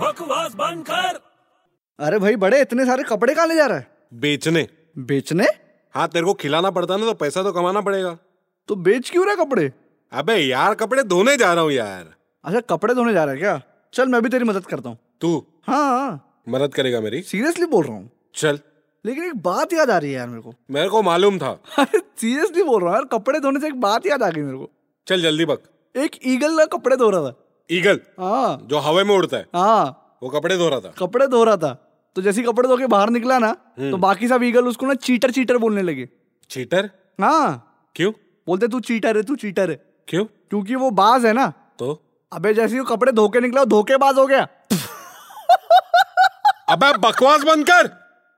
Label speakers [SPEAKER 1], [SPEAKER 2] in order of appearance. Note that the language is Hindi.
[SPEAKER 1] बकवास बंद कर
[SPEAKER 2] अरे भाई बड़े इतने सारे कपड़े कहाँ ले जा रहा है
[SPEAKER 3] बेचने
[SPEAKER 2] बेचने
[SPEAKER 3] हाँ तेरे को खिलाना पड़ता है ना तो पैसा तो कमाना पड़ेगा
[SPEAKER 2] तो बेच क्यों रहा है कपड़े
[SPEAKER 3] अबे यार कपड़े धोने जा रहा हूँ यार
[SPEAKER 2] अच्छा कपड़े धोने जा रहा है क्या चल मैं भी तेरी मदद करता हूँ
[SPEAKER 3] तू
[SPEAKER 2] हाँ
[SPEAKER 3] मदद करेगा मेरी
[SPEAKER 2] सीरियसली बोल रहा हूँ
[SPEAKER 3] चल
[SPEAKER 2] लेकिन एक बात याद आ रही है यार मेरे को
[SPEAKER 3] मेरे को मालूम था
[SPEAKER 2] अरे सीरियसली बोल रहा हूँ यार कपड़े धोने से एक बात याद आ गई मेरे को
[SPEAKER 3] चल जल्दी बक
[SPEAKER 2] एक ईगल ना कपड़े धो रहा था
[SPEAKER 3] ईगल
[SPEAKER 2] हाँ
[SPEAKER 3] जो हवा में उड़ता है
[SPEAKER 2] हाँ
[SPEAKER 3] वो कपड़े धो रहा था
[SPEAKER 2] कपड़े धो रहा था तो जैसे ही कपड़े धो के बाहर निकला ना तो बाकी सब ईगल उसको ना चीटर चीटर बोलने लगे
[SPEAKER 3] चीटर
[SPEAKER 2] हाँ
[SPEAKER 3] क्यों
[SPEAKER 2] बोलते तू चीटर है तू चीटर है
[SPEAKER 3] क्यों
[SPEAKER 2] क्योंकि वो बाज है ना
[SPEAKER 3] तो
[SPEAKER 2] अबे जैसे ही वो कपड़े धो के निकला वो धोखेबाज हो गया
[SPEAKER 3] अबे बकवास बंद कर